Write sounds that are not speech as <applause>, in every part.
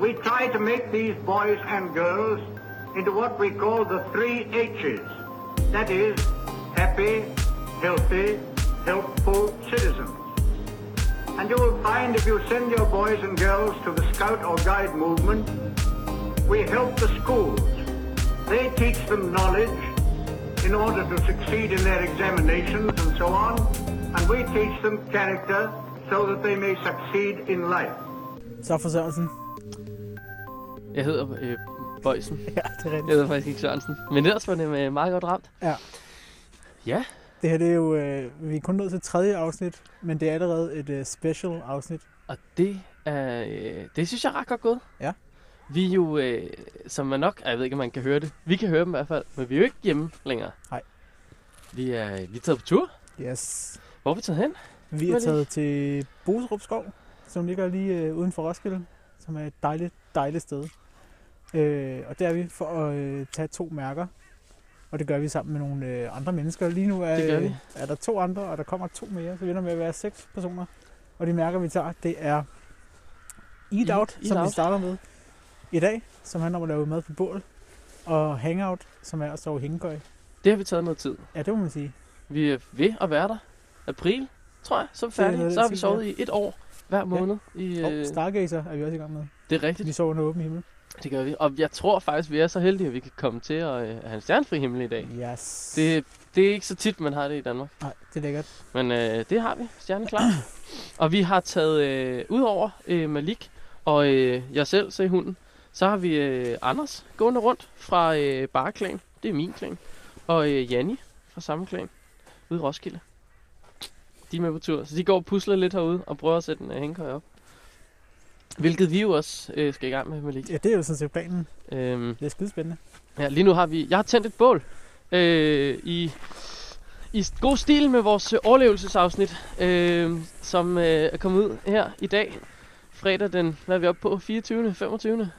we try to make these boys and girls into what we call the three H's. That is, happy, healthy, helpful citizens. And you will find if you send your boys and girls to the Scout or Guide movement, we help the schools. They teach them knowledge in order to succeed in their examinations and so on, and we teach them character so that they may succeed in life. Så for Sørensen. Jeg hedder øh, Bøjsen. <laughs> Ja, det er Jeg rigtigt. hedder faktisk ikke Sørensen. Men ellers var det med meget godt ramt. Ja. Ja. Det her det er jo, øh, vi er kun nået til tredje afsnit, men det er allerede et øh, special afsnit. Og det er, øh, det synes jeg er ret godt gået. Ja. Vi er jo, øh, som man nok, ej, jeg ved ikke, om man kan høre det. Vi kan høre dem i hvert fald, men vi er jo ikke hjemme længere. Nej. Vi er, vi er taget på tur. Yes. Hvor er vi taget hen? Vi er Hvad er det? taget til Boserup Skov, som ligger lige øh, uden for Roskilde, som er et dejligt, dejligt sted. Øh, og der er vi for at øh, tage to mærker, og det gør vi sammen med nogle øh, andre mennesker. Lige nu er, Det gør vi. øh, er der to andre, og der kommer to mere, så vi ender med at være seks personer. Og de mærker, vi tager, det er Eat Eat- Out, Eat som vi Out. starter med i dag, som handler om at lave mad på bål, og Hangout, som er at sove i hængekøj. Det har vi taget noget tid. Ja, det må man sige. Vi er ved at være der. April, tror jeg, så er vi Det er færdige. noget, Så har der vi siger, sovet i et år hver måned. I, Og øh, Stargazer er vi også i gang med. det er rigtigt. Vi sover under åben himmel. Det gør vi. Og jeg tror faktisk, vi er så heldige, at vi kan komme til at øh, have en stjernefri himmel i dag. Yes. Det, det er ikke så tit, man har det i Danmark. Nej, det er lækkert. Men øh, det har vi, stjernen klar. og vi har taget, øh, ud over øh, Malik og øh, jeg selv, sagde hunden, så har vi øh, Anders gående rundt fra øh, Bareklan, det er min klan, og øh, Janni fra samme klan, ude i Roskilde. De er med på tur, så de går og pusler lidt herude og prøver at sætte en øh, hængekøj op. Hvilket vi jo også øh, skal i gang med, Malik. Ja, det er jo sådan set planen. Øhm, Det er skidespændende. Ja, lige nu har vi... Jeg har tændt et bål øh, i, i s- god stil med vores øh, overlevelsesafsnit, øh, som øh, er kommet ud her i dag. Fredag den... Hvad er vi oppe på? 24. 25.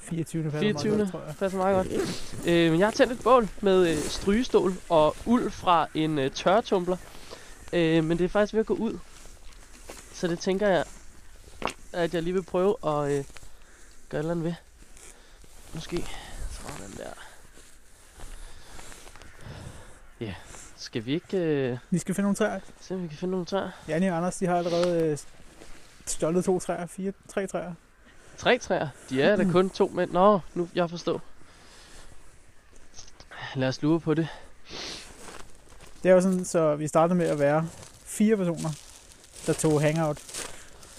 24. falder 24.. Meget, godt, tror jeg. passer meget godt. Øh, men jeg har tændt et bål med øh, strygestål og uld fra en øh, tørretumbler. Øh, men det er faktisk ved at gå ud. Så det tænker jeg, at jeg lige vil prøve at øh, gøre et eller andet ved. Måske sådan der. Ja, skal vi ikke øh, Vi skal finde nogle træer. se, om vi kan finde nogle træer? Janne og Anders, de har allerede øh, stjålet to træer, fire, tre træer. Tre træer? De er der kun to mænd. Nå, nu jeg forstår. Lad os lure på det. Det er jo sådan, så vi startede med at være fire personer, der tog hangout.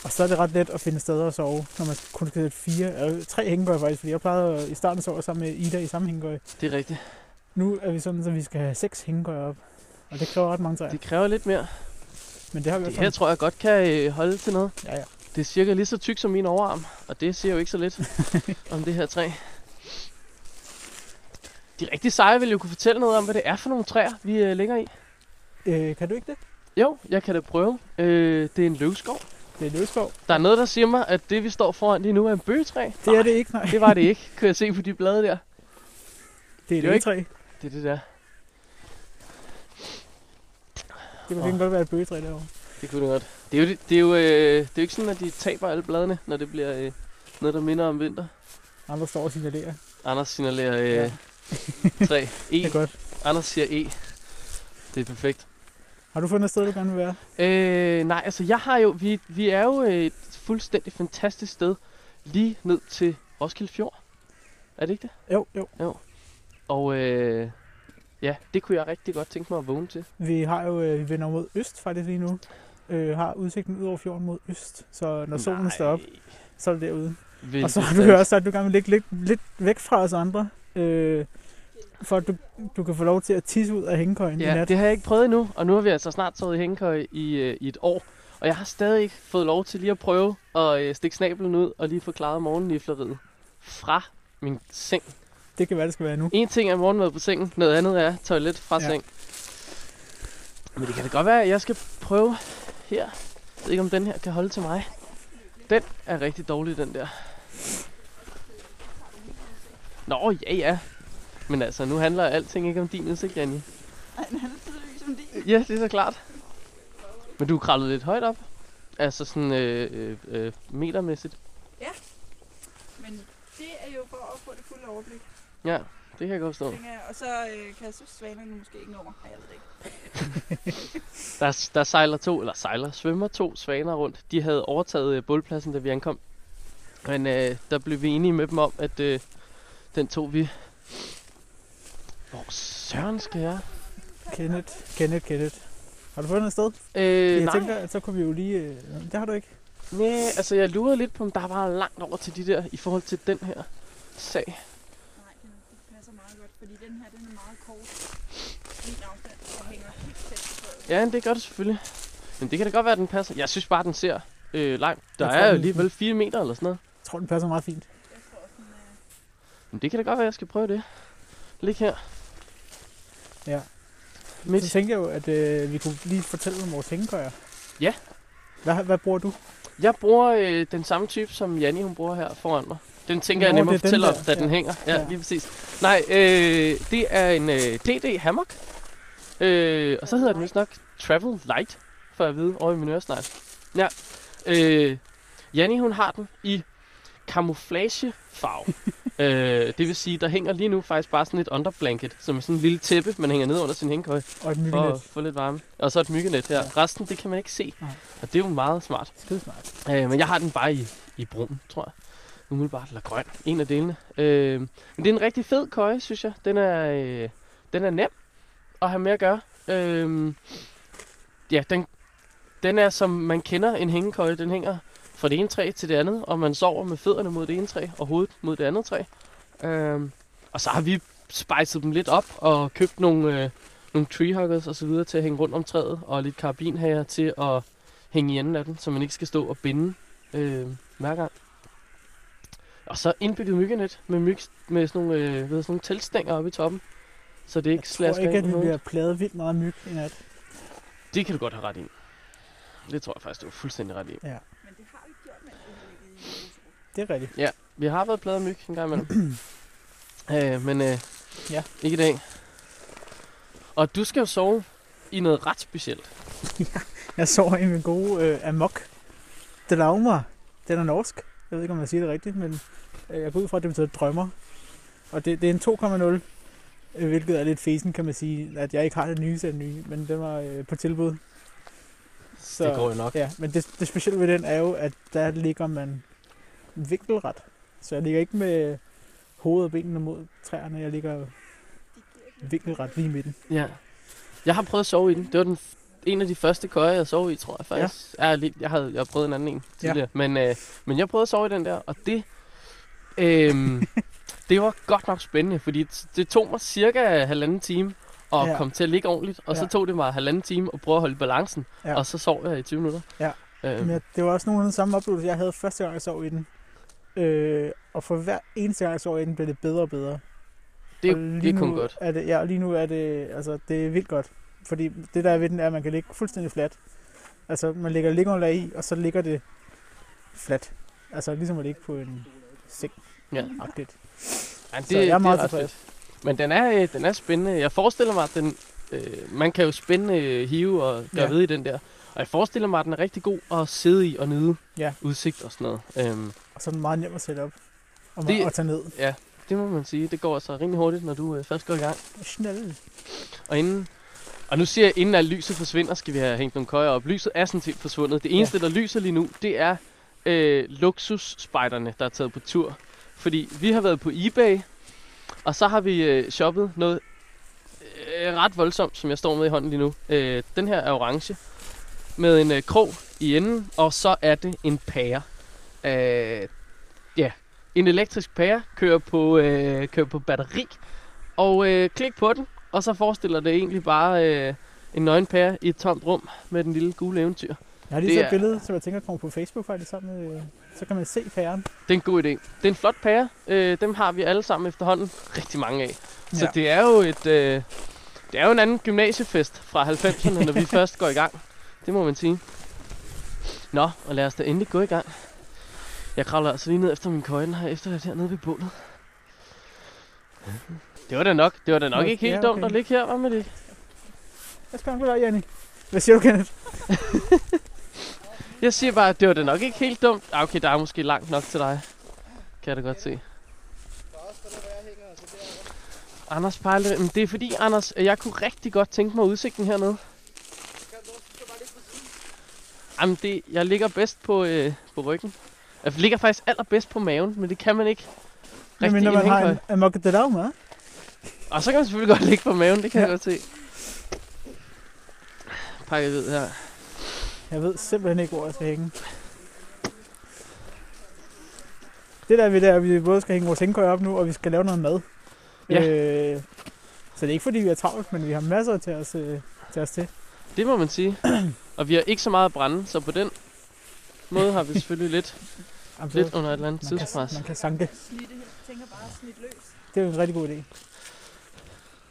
Og så er det ret let at finde steder at sove, når man kun skal sætte fire, øh, tre hængekøj faktisk, fordi jeg plejede at- i starten at sove sammen med Ida i samme hængekøj. Det er rigtigt. Nu er vi sådan, så vi skal have seks hængekøjer op, og det kræver ret mange træer. Det kræver lidt mere. Men det har vi Det også her tror jeg godt kan øh, holde til noget. Ja, ja. Det er cirka lige så tyk som min overarm, og det siger jo ikke så <laughs> lidt om det her træ. De rigtig seje vil jo kunne fortælle noget om, hvad det er for nogle træer, vi øh, ligger i. Øh, kan du ikke det? Jo, jeg kan da prøve. Øh, det er en løvskov. Det er løvskov. Der er noget, der siger mig, at det vi står foran lige nu er en bøgetræ. Det er det ikke, nej. Det var det ikke, kunne jeg se på de blade der. Det er jo et ikke- træ. Det er det der. Det kunne oh. godt være et bøgetræ derovre. Det kunne det godt. Det er jo, det, det er jo, øh, det er jo ikke sådan, at de taber alle bladene, når det bliver øh, noget, der minder om vinter. Andre står og signalerer. Anders signalerer øh, Ja. <laughs> 3. E. Det er godt. Anders siger E. Det er perfekt. Har du fundet et sted, du gerne vil være? Øh, nej, altså jeg har jo, vi, vi er jo et fuldstændig fantastisk sted, lige ned til Roskilde Fjord. Er det ikke det? Jo, jo. Og øh, ja, det kunne jeg rigtig godt tænke mig at vågne til. Vi har jo, øh, vi vender mod øst faktisk lige nu. Øh, har udsigten ud over fjorden mod øst. Så når solen står op, så er det derude. Og så har du jo også sagt, at du gerne vil ligge lidt, lidt væk fra os andre. Øh, for at du, du kan få lov til at tisse ud af hængekøjen i Ja, nat. det har jeg ikke prøvet endnu, og nu har vi altså snart sovet i hængekøj i, øh, i et år. Og jeg har stadig ikke fået lov til lige at prøve at øh, stikke snablen ud og lige forklare morgennifleriet fra min seng. Det kan være, det skal være nu. En ting er morgenmad på sengen, noget andet er toilet fra Ja. ja. seng. Men det kan da godt være, at jeg skal prøve her. Jeg ved ikke, om den her kan holde til mig. Den er rigtig dårlig, den der. Nå, ja, ja. Men altså, nu handler alting ikke om din udsigt, Janni. Nej, den er tydeligvis som din. Ja, det er så klart. Men du kravlede lidt højt op. Altså sådan øh, øh, øh, metermæssigt. Ja. Men det er jo for at få det fulde overblik, Ja, det kan jeg godt forstå. tænker jeg. Og så øh, kan svanerne måske ikke nå mig. Nej, jeg ved det ikke. Der, der sejler to, eller sejler, svømmer to svaner rundt. De havde overtaget øh, bålpladsen, da vi ankom. Men øh, der blev vi enige med dem om, at øh, den tog vi... Hvor søren skal jeg? Kenneth, Kenneth, Kenneth. Har du fundet et sted? Øh, jeg nej, tænker, at så kunne vi jo lige... Øh, det har du ikke. Næh, altså jeg lurede lidt på, om der var langt over til de der, i forhold til den her sag. Nej, det, det passer meget godt, fordi den her, den er meget kort. Min afstand, jeg hænger helt tæt på tøjet. Ja, det gør det selvfølgelig. Men det kan da godt være, at den passer. Jeg synes bare, den ser øh, langt. Der Jeg tror, er jo den- alligevel 4 meter eller sådan noget. Jeg tror, den passer meget fint. Jeg tror også, den er... Men det kan da godt være, at jeg skal prøve det. Lig her. Ja. Midt. Så tænkte jeg jo, at øh, vi kunne lige fortælle om vores hængekøjer. Ja. Hvad, hvad bruger du? Jeg bruger øh, den samme type, som Janni hun bruger her foran mig. Den tænker Nå, jeg Nå, nemmere det at er den fortælle om, da der. den Ja. hænger. Ja, ja, Ja. lige præcis. Nej, øh, det er en øh, DD Hammock. Øh, og så hedder den vist nok Travel Light, for at vide over i min øresnegl. Ja. Øh, Janni hun har den i <laughs> camouflagefarve. øh, det vil sige, der hænger lige nu faktisk bare sådan et underblanket, som er sådan en lille tæppe, man hænger ned under sin hængekøj Og et for at myggenet. få lidt varme. Og så et myggenet her. Ja. Resten, det kan man ikke se. Nej. Og det er jo meget smart. Skide smart. Øh, men jeg har den bare i, i brun, tror jeg. Umiddelbart, eller grøn. En af delene. Øh, men det er en rigtig fed køje, synes jeg. Den er, øh, den er nem at have med at gøre. Øh, ja, den, den er, som man kender en hængekøje. Den hænger fra det ene træ til det andet, og man sover med fødderne mod det ene træ, og hovedet mod det andet træ. Øh, og så har vi spejset dem lidt op og købt nogle, øh, nogle treehuggers og så videre til at hænge rundt om træet, og lidt karabinhager til at hænge i enden af den, så man ikke skal stå og binde øh, hver gang. Og så indbygget myggenet med, myg, med sådan nogle, øh, hvad hedder sådan nogle teltstænger oppe i toppen, så det Jeg ikke tror slasker ikke, ind at på vi noget. bliver plaget vildt meget af myg i nat. Det kan du godt have ret i. Det tror jeg faktisk, du er fuldstændig ret i. Men det har vi ikke gjort, mens vi har ligget i Oslo. Det er rigtigt. Vi har været pladet af myg en gang imellem. <clears throat> øh, men øh, Ja. ikke i dag. Og du skal jo sove i noget ret specielt. Jeg så en min gode øh, amok. Den er mig. Den er norsk. Jeg ved ikke, om jeg siger det rigtigt, men øh, jeg går ud fra, at det betyder drømmer. Og det, det er en 2,0, øh, hvilket er lidt fesen, kan man sige, at jeg ikke har det nye af den nye, men den var øh, på tilbud. Så, Det går jo nok. Ja, men det, det specielle ved den er jo, at der ligger man vinkelret. Så jeg ligger ikke med hovedet og benene mod træerne, jeg ligger De giver ikke lidt. vinkelret lige i midten. Ja. Jeg har prøvet at sove i den. Det var den f- en af de første køjer, jeg sov i, tror jeg faktisk. Ja. Jeg, lige, jeg, havde, jeg havde prøvet en anden en tidligere. Ja. Men, øh, men jeg prøvede at sove i den der, og det... Øh, det var godt nok spændende, fordi t- det tog mig cirka halvanden time at ja. Ja. komme til at ligge ordentligt, og ja. så Ja. tog det mig halvanden time at prøve at holde balancen, ja. Ja. og så sov jeg i 20 minutter. Ja. Øh, Men jeg- det var også nogle af den samme oplevelse, jeg havde første gang, jeg sov i den. Øh, og for hver eneste gang, jeg sov i den, blev det bedre og bedre. det, Og er- det er nu kun godt. Er det, ja, og lige nu er det, altså, det er vildt godt. Fordi det der er ved den, er, at man kan ligge fuldstændig fladt. Altså, man lægger liggeunderlag i, og så ligger det fladt. Altså, ligesom at ligge på en seng. Ja. Agtigt. Ja, det, Så jeg er meget ret tilfreds. fedt. Men den er, øh, den er spændende. Jeg forestiller mig, at den, øh, man kan jo spænde øh, hive og gøre ja. Ja. ved i den der. Og jeg forestiller mig, at den er rigtig god at sidde i og nyde Ja. udsigt og sådan noget. Øhm, Og så er den meget nem at sætte op. Og Det- det... at tage ned. det må man sige. Det går altså rimelig hurtigt, når du øh, først går i gang. Snel. Og inden, og nu siger jeg, inden at lyset forsvinder, skal vi have hængt nogle køjer op. Lyset er sådan set forsvundet. Det eneste, der lyser lige nu, det er øh, luksusspejderne, der er taget på tur. Fordi vi har været på eBay, og så har vi øh, shoppet noget øh, ret voldsomt, som jeg står med i hånden lige nu. Øh, den her er orange, med en øh, krog i enden, og så er det en pære. Øh, ja, en elektrisk pære kører på, øh, kører på batteri, og øh, klik på den, og så forestiller det egentlig bare øh, en nøgenpære i et tomt rum med den lille gule eventyr. Jeg har lige Det set et er- billede, som jeg tænker kommer på Facebook faktisk sammen med, så kan man se pæren. Det er en god idé. Det er en flot pære. Øh, dem har vi alle sammen efterhånden rigtig mange af. Så Ja. det er jo et øh, det er jo en anden gymnasiefest fra 90'erne, når <laughs> vi først går i gang. Det må man sige. Nå, og lad os da endelig gå i gang. Jeg kravler altså lige ned efter min køje, den har jeg efterladt hernede ved bålet. Det var da nok. Det var da nok Nå, ikke helt ja, dumt okay. at ligge her, var med det? Hvad skal man på dig, Janni? Hvad siger du, Kenneth? Jeg siger bare, at det var da nok ikke helt dumt. Ah, okay, der er måske langt nok til dig. kan jeg da godt se. Anders Pejle, men det er fordi, Anders, at jeg kunne rigtig godt tænke mig udsigten hernede. Jamen, det, jeg ligger bedst på, øh, på ryggen. Jeg ligger faktisk allerbedst på maven, men det kan man ikke Men rigtig i mindre en man har hængekøje. en amokadam, hva'? Og så kan man selvfølgelig godt ligge på maven, det kan ja. Ja. jeg godt se. Pakket ud her. Jeg ved simpelthen ikke, hvor jeg skal hænge. Det der vi der, vi både skal hænge vores hængekøj op nu, og vi skal lave noget mad. Ja. Øh, så det er ikke fordi, vi er travlt, men vi har masser til os, øh, til, os til. Det må man sige. <clears throat> Og vi har ikke så meget at brænde, så på den måde har vi selvfølgelig <laughs> lidt, Jamen, så- lidt under et eller andet man, kan, tidspres. man kan sanke. Snitte, jeg tænker bare at snitte løs. Det er jo en rigtig god idé.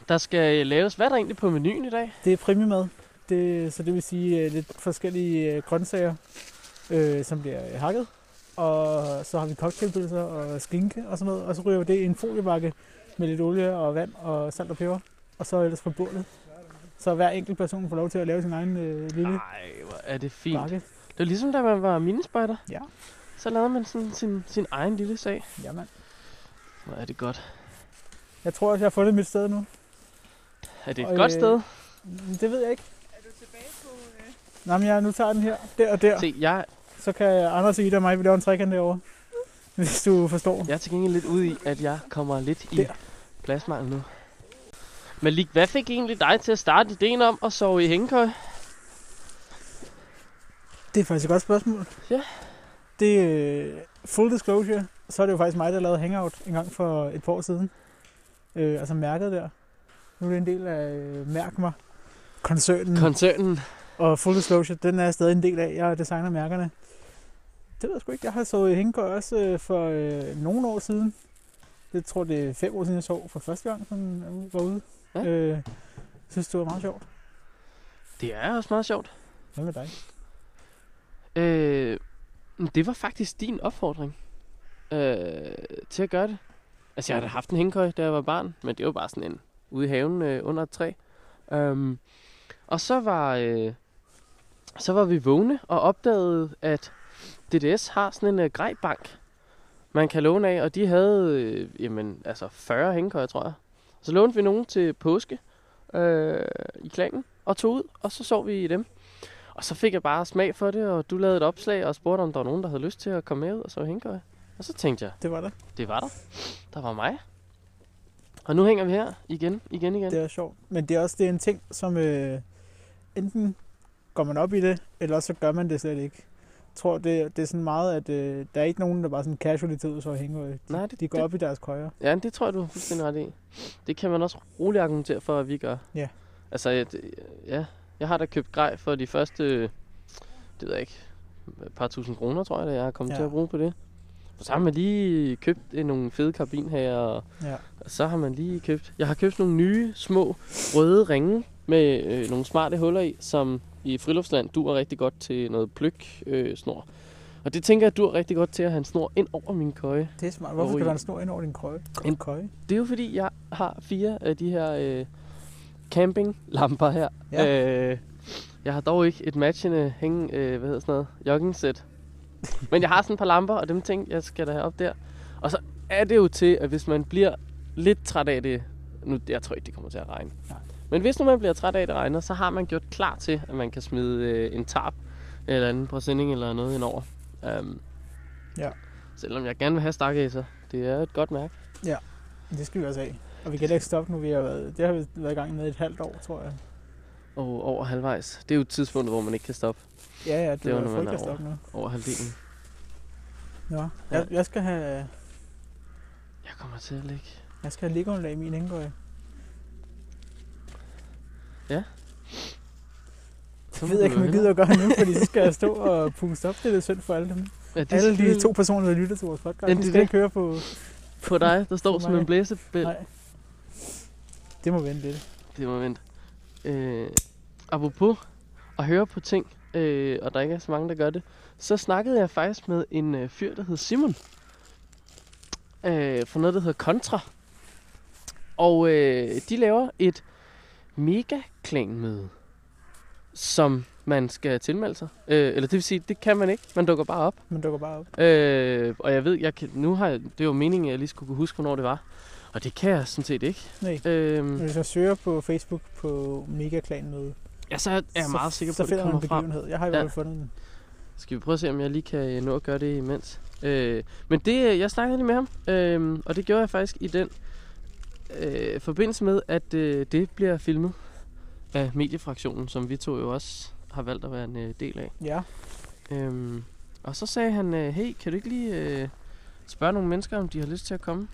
Der skal øh, laves, hvad er der egentlig på menuen i dag? Det er præmiemad, det, så det vil sige øh, lidt forskellige øh, grøntsager, øh, som bliver øh, hakket. Og så har vi cocktailpølser og skinke og sådan noget. Og så ryger vi det i en foliebakke med lidt olie og vand og salt og peber. Og så ellers på bålet. Så hver enkelt person får lov til at lave sin egen øh, lille Nej, hvor er det fint. bakke. Det var ligesom, da man var minispejder. Ja. Så lavede man sådan sin, sin egen lille sag. Jamen, Hvor er det godt. jeg tror også, jeg har fundet mit sted nu. Er det et Og, godt øh, sted? Det ved jeg ikke. Er du tilbage på... Øh, Nå, men jeg nu tager den her, der og der. Se, jeg, Så kan Anders, Ida og mig, vi laver en trekant derovre. Hvis du forstår. jeg er til gengæld lidt ude i, at jeg kommer lidt i Der. pladsmangel nu. Malik, hvad fik egentlig dig til at starte ideen om at sove i hængekøj? Det er faktisk et godt spørgsmål. Ja. Det øh, full disclosure, så er det jo faktisk mig, der lavede Hangout en gang for et par år siden. Øh, altså mærket der. Nu er det en del af øh, Mærk mig koncernen. Koncernen. og full disclosure, den er jeg stadig en del af. Jeg designer mærkerne. Det ved jeg sgu ikke. Jeg har sovet i hængekøj også øh, for øh, nogle år siden. Det tror det er fem år siden, jeg sov for første gang, sådan øh, var ude. Ja. Øh, synes, det var meget sjovt. Det er også meget sjovt. Hvad med dig? Øh, men det var faktisk din opfordring øh, til at gøre det. Altså, jeg har da haft en hængekøj, da jeg var barn, men det var bare sådan en ude i haven øh, under et træ. Um, og så var, øh, så var vi vågne og opdagede, at DDS har sådan en øh, grejbank, man kan låne af, og de havde øh, jamen, altså 40 hængekøjer, tror jeg. Så lånte vi nogen til påske øh, i klanen og tog ud, og så sov vi i dem. Og så fik jeg bare smag for det, og du lavede et opslag og spurgte, om der var nogen, der havde lyst til at komme med ud og så hængekøje. Og så tænkte jeg, Det var det. det var der. Der var mig. Og nu hænger vi her igen, igen, igen. Det er sjovt. Men det er også det er en ting, som øh, enten går man op i det, eller også så gør man det slet ikke. Jeg tror, det, det er sådan meget, at øh, der er ikke nogen, der bare sådan casually tager ud så hænger. De, Nej, det- de går det- op i deres køjer. Ja, det tror jeg, du har fuldstændig ret i. Det kan man også roligt argumentere for, at vi gør. Ja. Altså, jeg, ja, jeg har da købt grej for de første, øh, det ved jeg ikke, et par tusind kroner, tror jeg, det er, jeg er kommet ja. Ja. til at bruge på det. Og så har man lige købt øh, nogle fede karbinhager, og, Ja. og så har man lige købt... Jeg har købt nogle nye, små, røde ringe med øh, nogle smarte huller i, som i friluftsland duer rigtig godt til noget pløk øh, snor. Og det tænker jeg duer rigtig godt til at have en snor ind over min køje. Det er smart. Hvorfor Og skal i- der en snor ind over din køje? En- En køje? Det er jo fordi, jeg har fire af de her øh, campinglamper her. Ja. Øh, jeg har dog ikke et matchende hænge, øh, hvad hedder sådan noget, joggingsæt. Men jeg har sådan et par lamper, og dem tænkte jeg skal da have op der. Og så er det jo til, at hvis man bliver lidt træt af det, nu, jeg tror ikke, det kommer til at regne. Nej. Men hvis nu man bliver træt af, at det regner, så har man gjort klar til, at man kan smide øh, en tarp eller en præsending eller noget indover. Um, Ja. Selvom jeg gerne vil have stakæser. Det er et godt mærke. Det skal vi også af. Og vi kan heller ikke stoppe nu. Vi har været, det har vi været i gang med et halvt år, tror jeg. Og over halvvejs. Det er jo tidspunktet, hvor man ikke kan stoppe Ja, ja, det, Det det var, var når man frygteligt at er over. stoppe nu. over halvdelen. Nå, jeg, jeg, skal have, Jeg kommer til at ligge. jeg skal have liggeunderlag i min hængekøje. Så Jeg må ved du ikke, om jo jeg hellere- gider at gøre nu, fordi så skal jeg stå og puste op. Det er lidt synd for alle dem. Ja, det Alle de skal to personer, der lytter til vores podcast, Ja, ja, de det er skal det. ikke høre på... På dig, der står For som mig. en blæsebæl. Nej. Det må vente lidt. Det må vente. Øh, apropos at høre på ting, øh, og der ikke er så mange, der gør det, så snakkede jeg faktisk med en øh, fyr, der hed Simon. Øh, for noget, der hedder Contra. Og øh, de laver et mega klanmøde, som man skal tilmelde sig. Øh, eller det vil sige, det kan man ikke. Man dukker bare op. Man dukker bare op. Øh, og jeg ved, jeg kan, nu har jeg, det var meningen, at jeg lige skulle kunne huske, hvornår det var. Og det kan jeg sådan set ikke. Nej. Øh, Hvis jeg søger på Facebook på Megaklan møde, ja, så er jeg meget sikker på, så at det finder man kommer en frem. begivenhed. Jeg har i hvert Ja. fald fundet den. Skal vi prøve at se, om jeg lige kan øh, nå at gøre det imens? Øh, men det, øh, jeg snakkede lige med ham, øh, og det gjorde jeg faktisk i den øh, forbindelse med, at øh, det bliver filmet af mediefraktionen, som vi to jo også har valgt at være en øh, del af. Ja, Øh, og så sagde han, øh, hey, kan du ikke lige øh, spørge nogle mennesker, om de har lyst til at komme?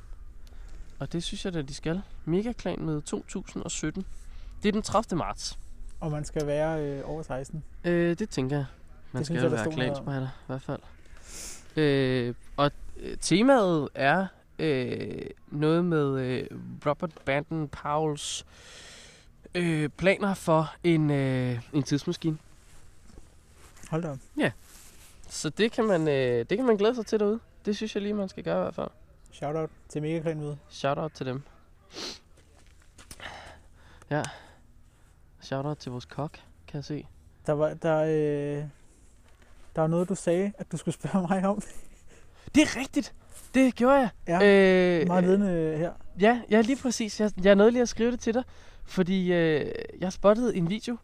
Og det synes jeg da, de skal. Megaklan med 2017. Det er den 30. marts. og man skal være øh, over 16. Øh, det tænker jeg. Man Det det synes skal jo jeg, der være stod noget om. klanspejder, i hvert fald. Øh, og øh, temaet er øh, noget med øh, Robert Banton Powells øh, planer for en, øh, en tidsmaskine. Hold da op. Så det kan, man, øh, det kan man glæde sig til derude. Det synes jeg lige, man skal gøre i hvert fald. Shoutout til Megaklan møde. Shoutout til dem. Ja. Shoutout til vores kok, kan jeg se. Der var, der, øh, der var noget, du sagde, at du skulle spørge <laughs> mig om. Det er rigtigt! Det gjorde jeg. Ja, øh, Meget øh, ledende øh, her. Ja, ja, lige præcis. Jeg, jeg nåede lige at skrive det til dig, fordi øh, jeg spottede en video,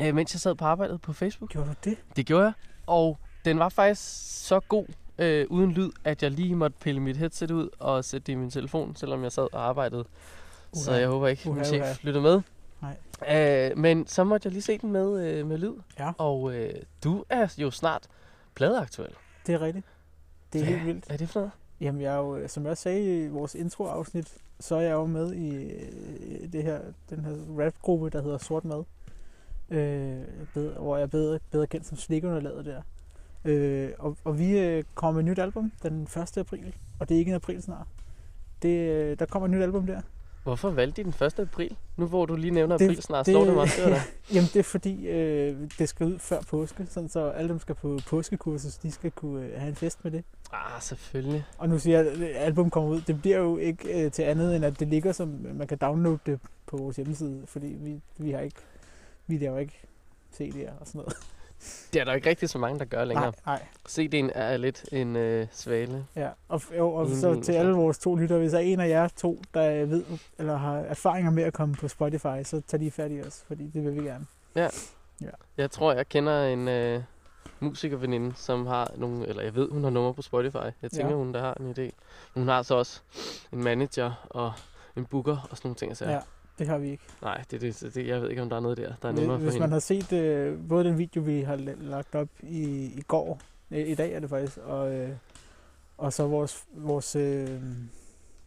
øh, mens jeg sad på arbejdet på Facebook. Gjorde du det? Det gjorde jeg, og den var faktisk så god øh, uden lyd, at jeg lige måtte pille mit headset ud og sætte det i min telefon, selvom jeg sad og arbejdede. Så Uha. jeg håber ikke, Uha, min uha. chef lytter med. Nej. Øh, men så måtte jeg lige se den med, øh, med lyd, Ja. og øh, du er jo snart pladeaktuel. Det er rigtigt. Det er Ja. helt vildt. Er det for noget? Jamen, jeg er jo, øh, som jeg også sagde i vores introafsnit, så er jeg jo med i øh, det her, den her rapgruppe, der hedder Sort Mad. Øh, bedre, hvor jeg er bedre, bedre kendt som Slikunderlaget der. Øh, og, og vi øh, kommer med et nyt album den 1. april, og det er ikke en april snart. Det, øh, der kommer et nyt album der. Hvorfor valgte I den 1. april? Nu hvor du lige nævner Det- april snart, det- slår det mig. Det var da- Jamen det er fordi, øh, det skal ud før påske, sådan så alle dem skal på påskekursus, de skal kunne øh, have en fest med det. Ah, selvfølgelig. Og nu siger jeg, at album kommer ud. Det bliver jo ikke øh, til andet, end at det ligger som, man kan downloade det på vores hjemmeside, fordi vi, vi har ikke, vi laver ikke CD'er og sådan noget. Det er der ikke rigtig så mange, der gør længere. <laughs> Nej, nej. CD'en er lidt en øh, svale. Ja. Og, jo, og Ingen så minus, til ja. alle vores to lyttere, hvis der er en af jer to, der ved, eller har erfaringer med at komme på Spotify, så tag lige fat i os, fordi det vil vi gerne. Jeg tror, jeg kender en øh, musikerveninde, som har nogle... Eller jeg ved, hun har nummer på Spotify. Jeg tænker, Ja. hun der har en idé. Hun har så også en manager og en booker og sådan nogle ting. Så ja. Ja. Det har vi ikke. Nej, det, det, det, det, jeg ved ikke, om der er noget der, der er nemmere for Hvis hende. man har set øh, både den video, vi har la- lagt op i, i går, øh, i dag er det faktisk, og, øh, og så vores, vores øh,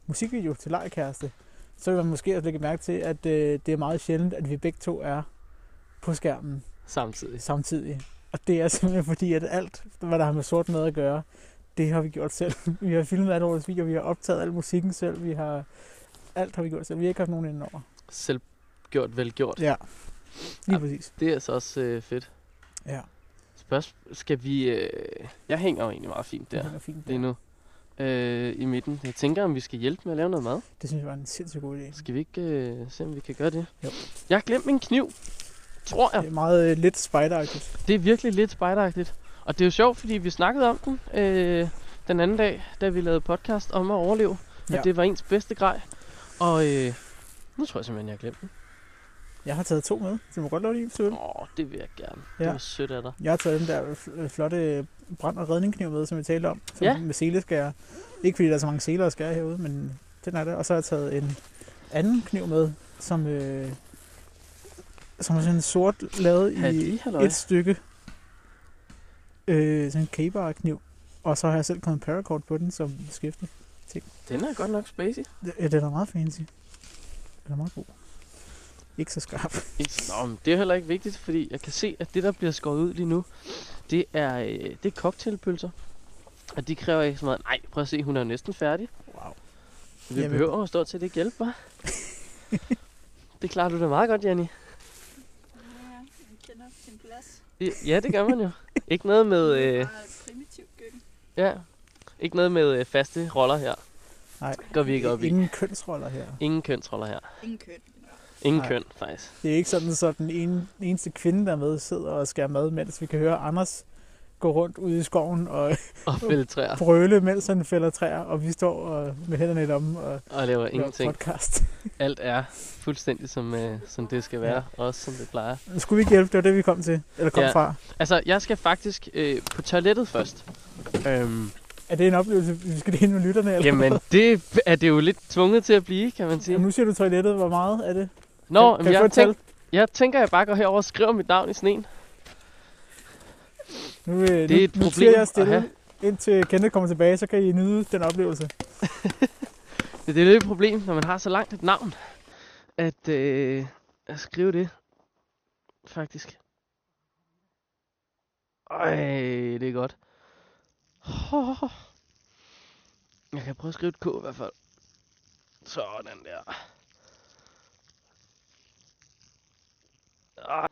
musikvideo til legekæreste, så vil man måske også lægge mærke til, at øh, det er meget sjældent, at vi begge to er på skærmen Samtidig. samtidig. Og det er simpelthen fordi, at alt, hvad der har med sort mad at gøre, det har vi gjort selv. <laughs> Vi har filmet alle vores videoer, vi har optaget al musikken selv, vi har... Alt har vi gjort selv. Vi har ikke haft nogen inden over. Selv gjort, vel gjort. Ja, lige Ja. præcis. Det er altså også øh, fedt. Ja, Spørgsmål. Skal vi... Øh... Jeg hænger jo egentlig meget fint det der er fint. lige nu. Øh, I midten. Jeg tænker, om vi skal hjælpe med at lave noget mad. Det synes jeg var en sindssygt god idé. Skal vi ikke øh, se, om vi kan gøre det? Jo. Jeg har glemt min kniv, tror jeg. Det er meget øh, lidt spideragtigt. Det er virkelig lidt spejderagtigt. Og det er jo sjovt, fordi vi snakkede om den øh, den anden dag, da vi lavede podcast om at overleve. Ja. Ja. At det var ens bedste grej. Og øh, nu tror jeg simpelthen, jeg har glemt den. Jeg har taget to med, så du må godt lade det i Åh, det vil jeg gerne. Ja. Ja. Det var sødt af dig. Jeg har taget den der fl- flotte brand- og redningskniv med, som vi talte om, som Ja. med seleskærer. Ikke fordi der er så mange seler at skære herude, men den er der. Og så har jeg taget en anden kniv med, som, øh, som er sådan en sort lavet Kan i de, halløj? et stykke. Øh, sådan en kæbar kniv. Og så har jeg selv kommet en paracord på den som skifte. Den er godt nok spacey. Det- Ja, den er meget fancy. Den er meget god. Ikke så skarp. Ikke- Nå, men det er heller ikke vigtigt, fordi jeg kan se, at det, der bliver skåret ud lige nu, det er, øh, det er cocktailpølser. Og de kræver ikke så meget. Nej, prøv at se, hun er jo næsten færdig. Wow. Vi Jamen. Jamen. behøver jo stort set ikke hjælpe <laughs> mig. det klarer du da meget godt, Janni. Ja, man kender sin plads. Ja, det gør man jo. ikke noget med, Det er øh, bare et primitivt køkken. ja, ikke noget med øh, faste roller her. Nej. Går vi ikke op i. Ingen kønsroller her. Ingen kønsroller her. Ingen køn. Ingen Nej. køn, faktisk. Det er ikke sådan, så den ene, eneste kvinde, der er med, sidder og skærer mad, mens vi kan høre Anders gå rundt ude i skoven <laughs> og Og fælde træer brøle, mens han fælder træer, og vi står og, med hænderne i lommen og og laver laver ingenting. podcast. Alt er fuldstændig, som, øh, som det skal være. Også som det plejer. Nu skulle vi ikke hjælpe, det var det, vi kom til, eller kom Ja. ja. fra. Altså, jeg skal faktisk øh, på toilettet først. Øhm, Er det en oplevelse, vi skal dele med lytterne? Eller? jamen, det er det jo lidt tvunget til at blive, kan man <laughs> Jamen, sige. nu siger du toilettet, hvor meget er det? Nå, kan men jeg få jeg, et tal? tænk, jeg tænker, jeg bare går herover og skriver mit navn i sneen. Nu, det Det er et nu, nu problem bliver jeg at stille, have. indtil Kenneth kommer tilbage, så kan I nyde den oplevelse. Det det er lidt et problem, når man har så langt et navn, at, øh, at skrive det, faktisk. Ej, det er godt. Jeg kan prøve at skrive et K i hvert fald. Sådan der. Ej.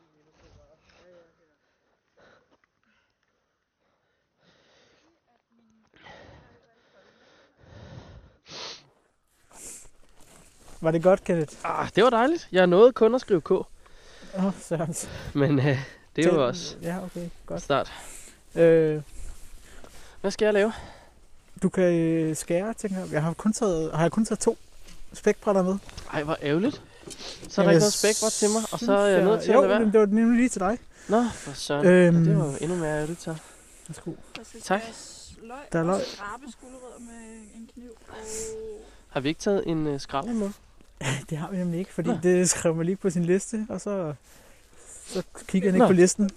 Var det godt, Kenneth? Ah, det var dejligt. Jeg nåede kun at skrive K, Åh, oh, sørens. men øh, det er jo også Ja, okay, en godt. start. Øh, Hvad skal jeg lave? du kan øh, skære, tænker jeg. Jeg har kun taget, har jeg kun taget to spækbrætter med. Ej, hvor ærgerligt. Så er der Jamen, ikke jeg noget spækbræt til mig, og så er jeg synes, nødt til jo, at lade være. men det var nemlig lige til dig. Nå, for søren. Øhm. Øhm. Det var jo endnu mere ærgerligt, så. Værsgo. Der skal Tak. skæres løg, Der er og løg. skrabe skuldrødder med en kniv. Og Har vi ikke taget en uh, skralde med? Det har vi nemlig ikke, fordi Nå. det skrev man lige på sin liste, og så, så kigger han ikke Nå. på listen.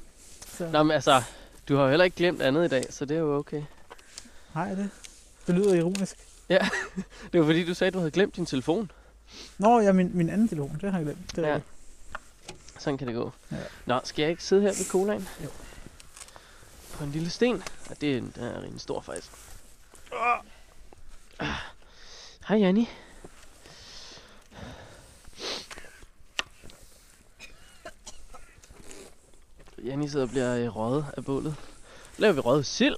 Så, Nå, men altså, du har jo heller ikke glemt andet i dag, så det er jo okay. har jeg det? Det lyder ironisk. Det var fordi, du sagde, du havde glemt din telefon. Nå, ja, min, min anden telefon, det har jeg glemt. Det er Ja. rigtigt. Sådan kan det gå. Ja. Ja. Nå, skal jeg ikke sidde her ved colaen? Jo. På en lille sten. Og det er en, den er en stor faktisk. Åh. Ah. Hej, Janni. Janni sidder og bliver øh, røget af bålet. Så laver vi røget sild.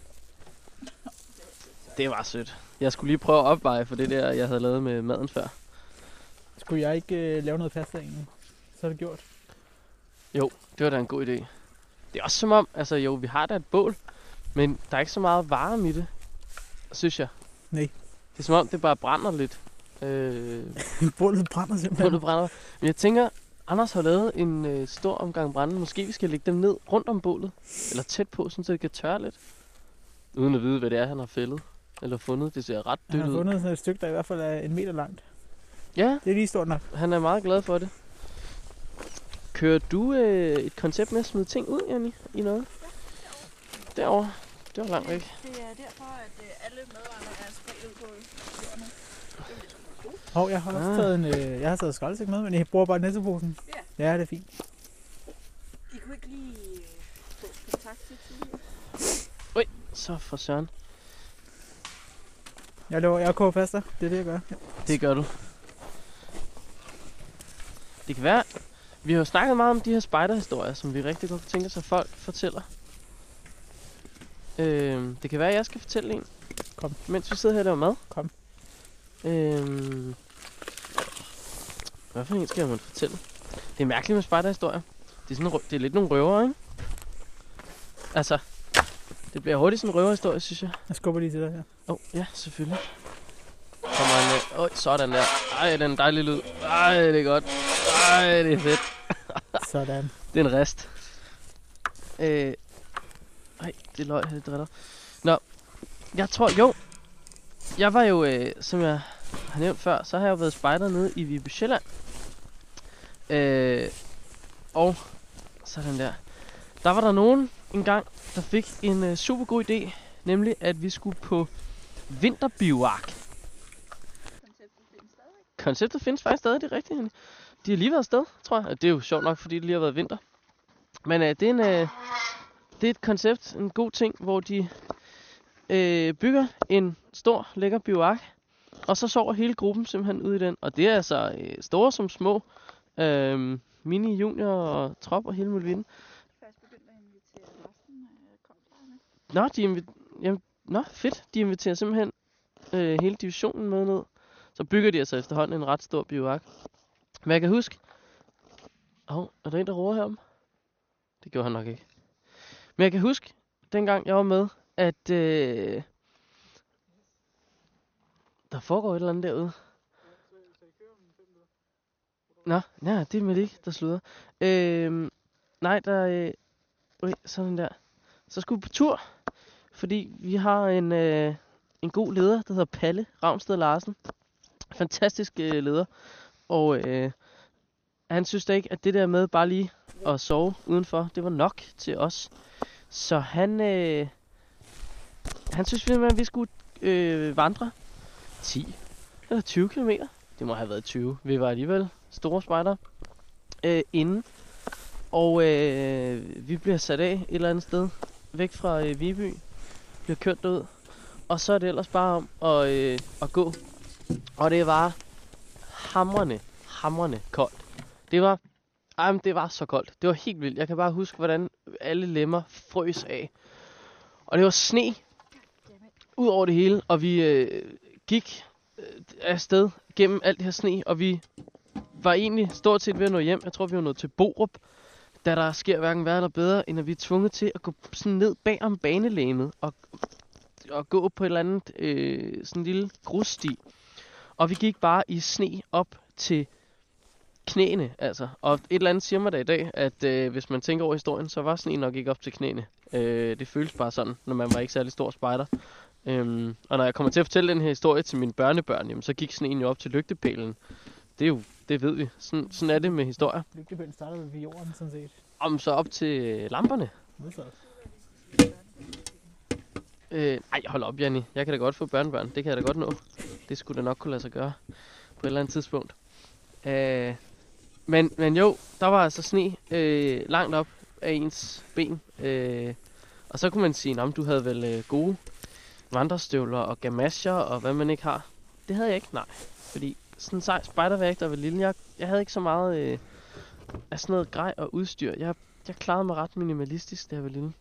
Det var sødt. Jeg skulle lige prøve at opveje for det der, jeg havde lavet med maden før. Skulle jeg ikke øh, lave noget pasta egentlig? Så er det gjort. Det var da en god idé. Det er også som om, altså jo, vi har da et bål, men der er ikke så meget varme i det, synes jeg. Nej. Det er som om, det bare brænder lidt. Øh, <laughs> Bålet brænder simpelthen. bålet brænder. Men jeg tænker, Anders har lavet en øh, stor omgang brænde. Måske vi skal lægge dem ned rundt om bålet, eller tæt på, sådan, så det kan tørre lidt. Uden at vide, hvad det er, han har fældet. Eller fundet. Det ser ret Han dødt har ud. fundet sådan et stykke, der i hvert fald er en meter langt. Ja, Det er lige stort nok. han er meget glad for det. Kører du øh, et koncept med at smide ting ud, Jenny, i noget? Derovre. Det var langt væk. det er derfor, at øh, alle medarbejdere er spredt ud på jorden. Hov, jeg har også Ah. taget en, øh, jeg har taget skraldesæk med, men jeg bruger bare nettoposen. Ja. Ja, det er fint. I kunne ikke lige øh, få kontakt til tidligere. Så for søren. Jeg laver, jeg koger pasta. Det er det, jeg gør. Det gør du. Det kan være... Vi har jo snakket meget om de her spejderhistorier, som vi rigtig godt kunne tænke os, at folk fortæller. Øhm, det kan være, at jeg skal fortælle en. Kom. Mens vi sidder her og laver mad. Kom. Øhm, hvad for en skal jeg måtte fortælle? Det er mærkeligt med spejderhistorier. Det er, sådan, en rø- det er lidt nogle røver, ikke? Altså, det bliver hurtigt sådan en røverhistorie, synes jeg. Jeg skubber lige til dig <laughs> her. Åh, oh, ja, selvfølgelig. Kommer han med. Øj, sådan der. Ej, den er en dejlig lyd. Ej, det er godt. Ej, det er fedt. Sådan. Det er en rest. Øh. Ej, det er løg, det driller. Nå, jeg tror, jo. Jeg var jo, øh, som jeg har nævnt før, så har jeg jo været spejder nede i Viby Sjælland. Øh, og sådan der. Der var der nogen engang, der fik en øh, super god idé, nemlig at vi skulle på vinterbivark. Konceptet findes faktisk stadig, det er rigtigt. Henning. De har lige været afsted, tror jeg. Og det er jo sjovt nok, fordi det lige har været vinter. Men øh, det, er en, øh, det er et koncept, en god ting, hvor de øh, bygger en stor, lækker bivark. Og så sover hele gruppen simpelthen ude i den. Og det er altså øh, store som små. Øh, mini, junior og trop og hele muligheden. Først begyndte at invitere resten af Nå, komplejerne. de invi- jamen, nå, fedt. De inviterer simpelthen øh, hele divisionen med ned. Så bygger de altså efterhånden en ret stor bivark. Men jeg kan huske, Hov, er der en, der roer herom? Det gjorde han nok ikke. Men jeg kan huske, dengang jeg var med, at øh, der foregår et eller andet derude. Nå, nej, det er Malik, der slutter. Øh, nej, der øh, øh, sådan der. Så skulle vi på tur, fordi vi har en, øh, en god leder, der hedder Palle Ravnsted Larsen. Fantastisk øh, leder. Og øh, han synes da ikke, at det der med bare lige at sove udenfor, det var nok til os. Så han, øh, han synes simpelthen, at vi skulle øh, vandre 10 eller 20 km. Det må have været 20. Vi var alligevel store spejder øh, inden. Og øh, vi bliver sat af et eller andet sted væk fra øh, Viby. Bliver kørt derud. Og så er det ellers bare om at, øh, at gå. Og det var hamrende, hamrende koldt. Det var ej, men det var så koldt. Det var helt vildt. Jeg kan bare huske, hvordan alle lemmer frøs af. Og det var sne ud over det hele, og vi øh, gik øh, afsted gennem alt det her sne, og vi var egentlig stort set ved at nå hjem. Jeg tror, vi var nået til Borup, da der sker hverken værre eller bedre, end at vi er tvunget til at gå sådan ned bag om banelæmet og, og gå på et eller andet øh, sådan en lille grussti. Og vi gik bare i sne op til knæene, altså. Og et eller andet siger mig da i dag, at øh, hvis man tænker over historien, så var sneen nok ikke op til knæene. Øh, det føles bare sådan, når man var ikke særlig stor spejder. Øhm, og når jeg kommer til at fortælle den her historie til mine børnebørn, jamen, så gik sneen jo op til lygtepælen. Det er jo, det ved vi. Sådan, sådan er det med historier. Lygtepælen startede ved jorden, sådan set. Om så op til øh, lamperne. Modsat. Øh, ej, hold op, Janni. Jeg kan da godt få børnebørn. Det kan jeg da godt nå. Det skulle da nok kunne lade sig gøre på et eller andet tidspunkt. Øh, men, men jo, der var altså sne øh, langt op af ens ben. Øh, og så kunne man sige, at du havde vel øh, gode vandrestøvler og gamasjer og hvad man ikke har. Det havde jeg ikke, nej. Fordi sådan en sej spejdervægt og ved lille, jeg, jeg havde ikke så meget øh, af sådan noget grej og udstyr. Jeg, jeg klarede mig ret minimalistisk, der ved lille.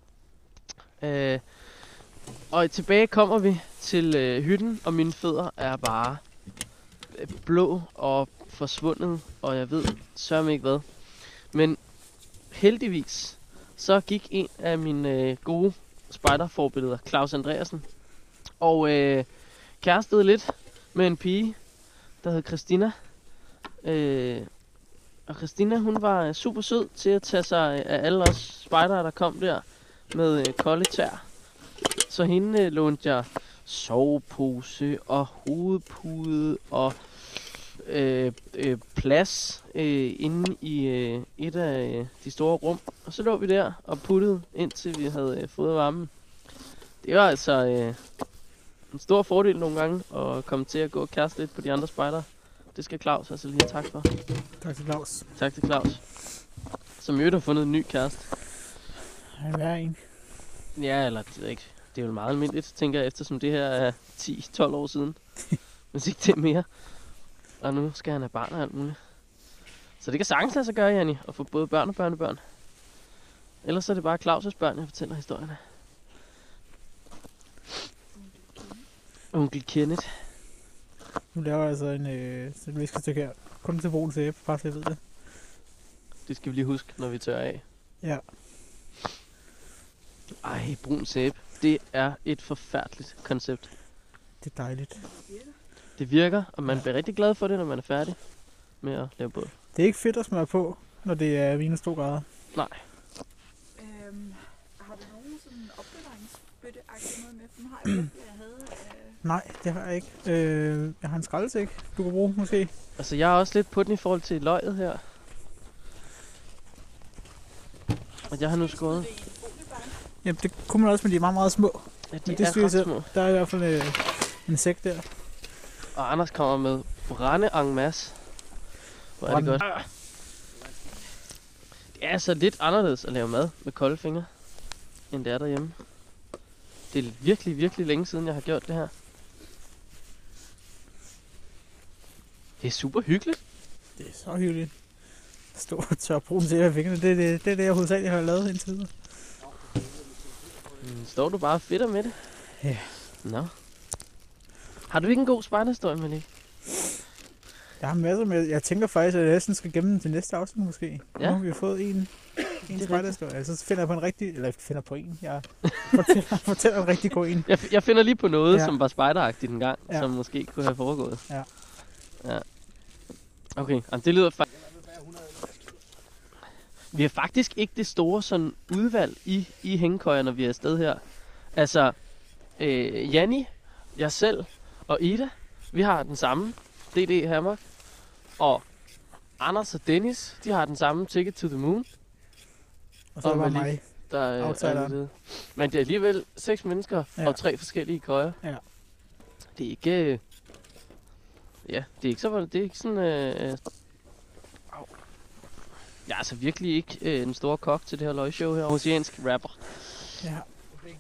Øh, og tilbage kommer vi til øh, hytten, og mine fødder er bare øh, blå og forsvundet, og jeg ved sørme ikke hvad. Men heldigvis, så gik en af mine øh, gode spejderforbilleder, Claus Andreasen, og øh, kærestede lidt med en pige, der hed Christina. Øh, og Christina, hun var øh, super sød til at tage sig af alle os spejdere, der kom der med øh, kolde tær. Så hende øh, lånte jeg sovepose og hovedpude og øh, øh, plads øh, inde i øh, et af øh, de store rum. Og så lå vi der og puttede, indtil vi havde øh, fået varmen. Det var altså øh, en stor fordel nogle gange at komme til at gå og kæreste lidt på de andre spejdere. Det skal Claus altså lige have tak for. Tak til Claus. Tak til Claus. Som i øvrigt har fundet en ny kæreste. Han er en. Ja, eller det ved jeg ikke. Det er jo meget almindeligt, tænker jeg, eftersom det her er 10-12 år siden. Hvis ikke det er mere. Og nu skal han have barn og alt muligt. Så det kan sagtens lade sig gøre, Janni, at få både børn og børnebørn. Ellers er det bare Claus' børn, jeg fortæller historien af. Onkel Kenneth. Nu laver jeg altså en, øh, sådan et viskestykke her. Kun til brug til æb, bare så jeg ved det. Det skal vi lige huske, når vi tør af. Ja. Ej, brun sæbe. Det er et forfærdeligt koncept. Det er dejligt. Det virker, og man bliver rigtig glad for det, når man er færdig med at lave båd. Det er ikke fedt at smøre på, når det er minus 2 grader. Øhm, har du nogen sådan opbevaringsbøtte-agtig noget med? For nu har <clears throat> jeg lidt, jeg havde... Øh, Nej, det har jeg ikke. Øh, jeg har en skraldesæk, du kan bruge måske. Altså, jeg er også lidt på den i forhold til løget her. Og jeg har nu skåret. det i en foliebakke. Jamen, det kunne man også, men de er meget, meget små. Ja, de Men det det er synes ret jeg- små. Der er i hvert fald øh, en sæk der. Og Anders kommer med brænde en masse. Hvor er det Brænde. godt. Det er altså lidt anderledes at lave mad med kolde fingre, end det er derhjemme. Det er virkelig, virkelig længe siden, jeg har gjort det her. Det er super hyggeligt. Det er så hyggeligt. Stå og tør brun til af fingrene. Det er det, det, er det, jeg hovedsageligt har lavet indtil videre. Mm, Står du bare og fedter med det? Ja. Nå. Har du ikke en god spejderhistorie, Malik? Jeg har masser med. Jeg tænker faktisk, at jeg næsten skal gemme den til næste afsnit måske. Ja. Ja. Nu har vi jo fået en, en rigtigt. spejderhistorie. Altså, så finder jeg på en rigtig... Eller finder på en. Jeg fortæller, <laughs> fortæller en rigtig god en. <laughs> Jeg, jeg finder lige på noget, Ja. ja. som var spejderagtigt en gang, Ja. ja. som måske kunne have foregået. Ja. ja. Okay, Jamen, det lyder faktisk... Vi har faktisk ikke det store sådan udvalg i, i hængekøjer, når vi er afsted her. Altså, øh, Janni, jeg selv og Ida, vi har den samme DD Hammer. Og Anders og Dennis, de har den samme Ticket to the Moon. Og så er Og det bare mig. Malik. Der øh, er Outsideren. lidt, men det er alligevel seks mennesker Ja. ja. og tre forskellige køjer. Ja. Det er ikke... Øh, ja, det er ikke, så, det er ikke sådan... Øh, øh, au. jeg er altså virkelig ikke øh, den store kok til det her løgshow her. Oceansk rapper. Ja.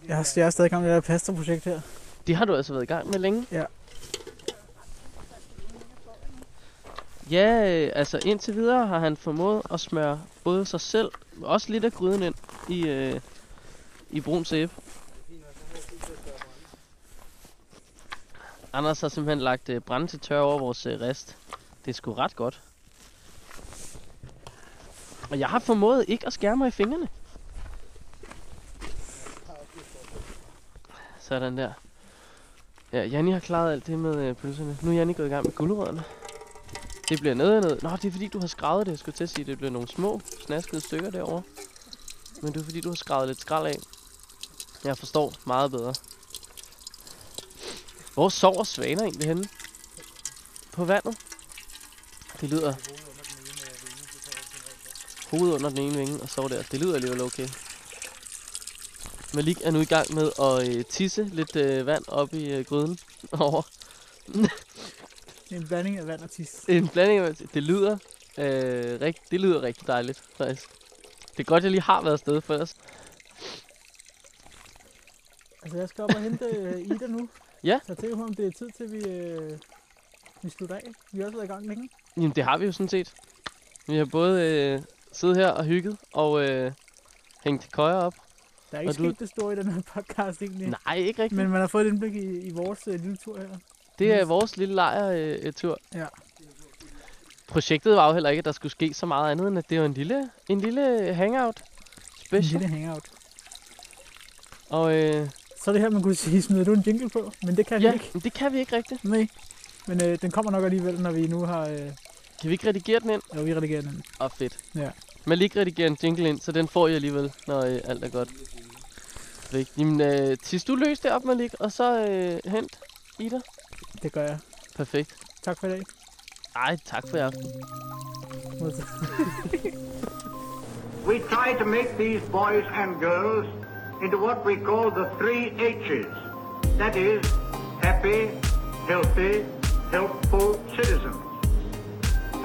Jeg har, jeg har stadig gang med det her pastaprojekt her. Det har du altså været i gang med længe. Ja. Ja, øh, altså indtil videre har han formået at smøre både sig selv, men også lidt af gryden ind i, øh, i brun sæbe. Anders har simpelthen lagt øh, brænde til tør over vores øh, rest. Det er sgu ret godt. Og jeg har formået ikke at skære mig i fingrene. Sådan der. Ja, Janni har klaret alt det med øh, pølserne. Nu er Janni gået i gang med gulerødderne. Det bliver noget af noget. Nå, det er fordi, du har skravet det. Jeg skulle til at sige, det bliver nogle små, snaskede stykker derovre. Men det er fordi, du har skravet lidt skrald af. Jeg forstår meget bedre. Hvor sover svaner egentlig henne? På vandet? Det lyder... Hovedet under den ene vinge og sover der. Det lyder alligevel okay. Malik er nu i gang med at øh, tisse lidt øh, vand op i øh, gryden <laughs> over Det er en blanding af vand og tis. en blanding af... Det lyder, øh, rigt, det lyder rigtig dejligt, faktisk. Det er godt, jeg lige har været afsted, for ellers... Altså, jeg skal op og hente øh, Ida nu. Ja. Så tænker på, om det er tid til, vi, øh, vi slutter af. Vi har også været i gang længe. Jamen, det har vi jo sådan set. Vi har både øh, siddet her og hygget og øh, hængt køjer op. Der er ikke Og du- sket det store i den her podcast egentlig. Nej, ikke rigtigt. Men man har fået et indblik i, i vores øh, lille tur her. Det er vores lille lejr-tur. Øh, tur. Ja. Projektet var jo heller ikke, at der skulle ske så meget andet, end at det var en lille, en lille hangout En special. lille hangout. Og øh, Så er det her, man kunne sige, smider du en jingle på? Men det kan vi ja, ikke. men det kan vi ikke rigtigt. Nej. Men øh, den kommer nok alligevel, når vi nu har... Øh, Kan vi ikke redigere den ind? når vi redigerer den. Åh, oh, fedt. Ja. Man lige redigerer en jingle ind, så den får I alligevel, når øh, alt er godt. Væk. Jamen, øh, tis du løs det op, Malik, og så øh, hent Ida. Det gør jeg. Perfekt. Tak for i dag. Ej, tak for i aften. Modtaget. We try to make these boys and girls into what we call the three H's. That is, happy, healthy, helpful citizens.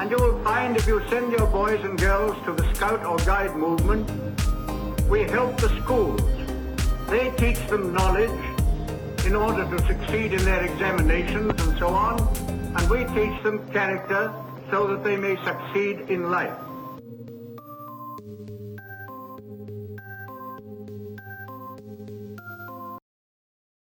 And you will find if you send your boys and girls to the Scout or Guide movement, we help the schools. They teach them knowledge in order to succeed in their examinations and so on, and we teach them character so that they may succeed in life.